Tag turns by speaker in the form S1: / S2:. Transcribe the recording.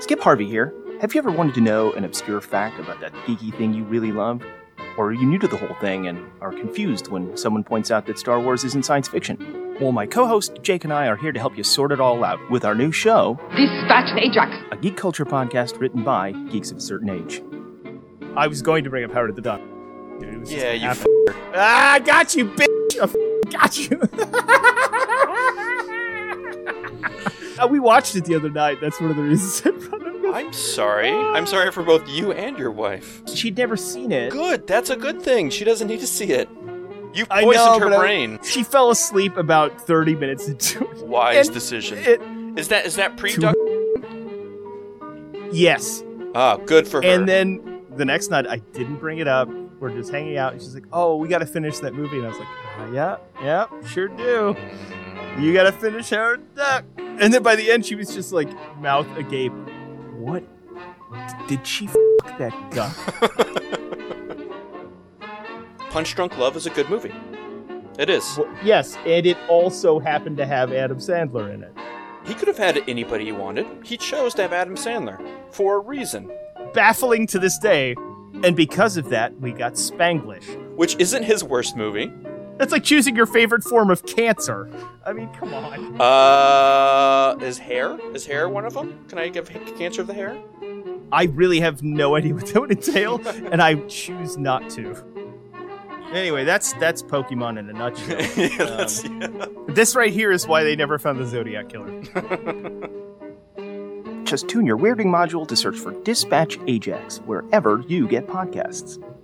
S1: Skip Harvey here. Have you ever wanted to know an obscure fact about that geeky thing you really love? Or are you new to the whole thing and are confused when someone points out that Star Wars isn't science fiction? Well, my co host Jake and I are here to help you sort it all out with our new show,
S2: Dispatch Ajax.
S1: a geek culture podcast written by geeks of a certain age.
S3: I was going to bring up Howard the Duck. Dude, it was just
S4: Yeah,
S3: gonna
S4: you
S3: happen. ah, I got you, bitch. I f- got you. Uh, we watched it the other night. That's one of the reasons I brought it up.
S4: I'm sorry. I'm sorry for both you and your wife.
S3: She'd never seen it.
S4: Good. That's a good thing. She doesn't need to see it. You
S3: I
S4: poisoned
S3: know,
S4: her
S3: but I-
S4: brain.
S3: She fell asleep about 30 minutes into it.
S4: Wise
S3: And
S4: decision.
S3: it
S4: Is that is that pre
S3: Too-
S4: duck?
S3: yes.
S4: Ah, good for her.
S3: And then the next night, I didn't bring it up. We're just hanging out. And she's like, oh, we got to finish that movie. And I was like, "Ah, yeah, yeah, sure do. You got to finish Howard the Duck. And then by the end, she was just like, mouth agape. What? Did she f that duck?
S4: Punch Drunk Love is a good movie. It is.
S3: Well, yes, and it also happened to have Adam Sandler in it.
S4: He could have had anybody he wanted. He chose to have Adam Sandler for a reason,
S3: Baffling to this day. And because of that, we got Spanglish.
S4: which isn't his worst movie.
S3: That's like choosing your favorite form of cancer. I mean, come on.
S4: Uh, is hair? Is hair one of them? Can I give h- cancer of the hair?
S3: I really have no idea what that would entail, and I choose not to. Anyway, that's that's Pokemon in a nutshell. Um,
S4: yeah, that's, yeah.
S3: this right here is why they never found the Zodiac Killer.
S1: Just tune your weirding module to search for Dispatch Ajax wherever you get podcasts.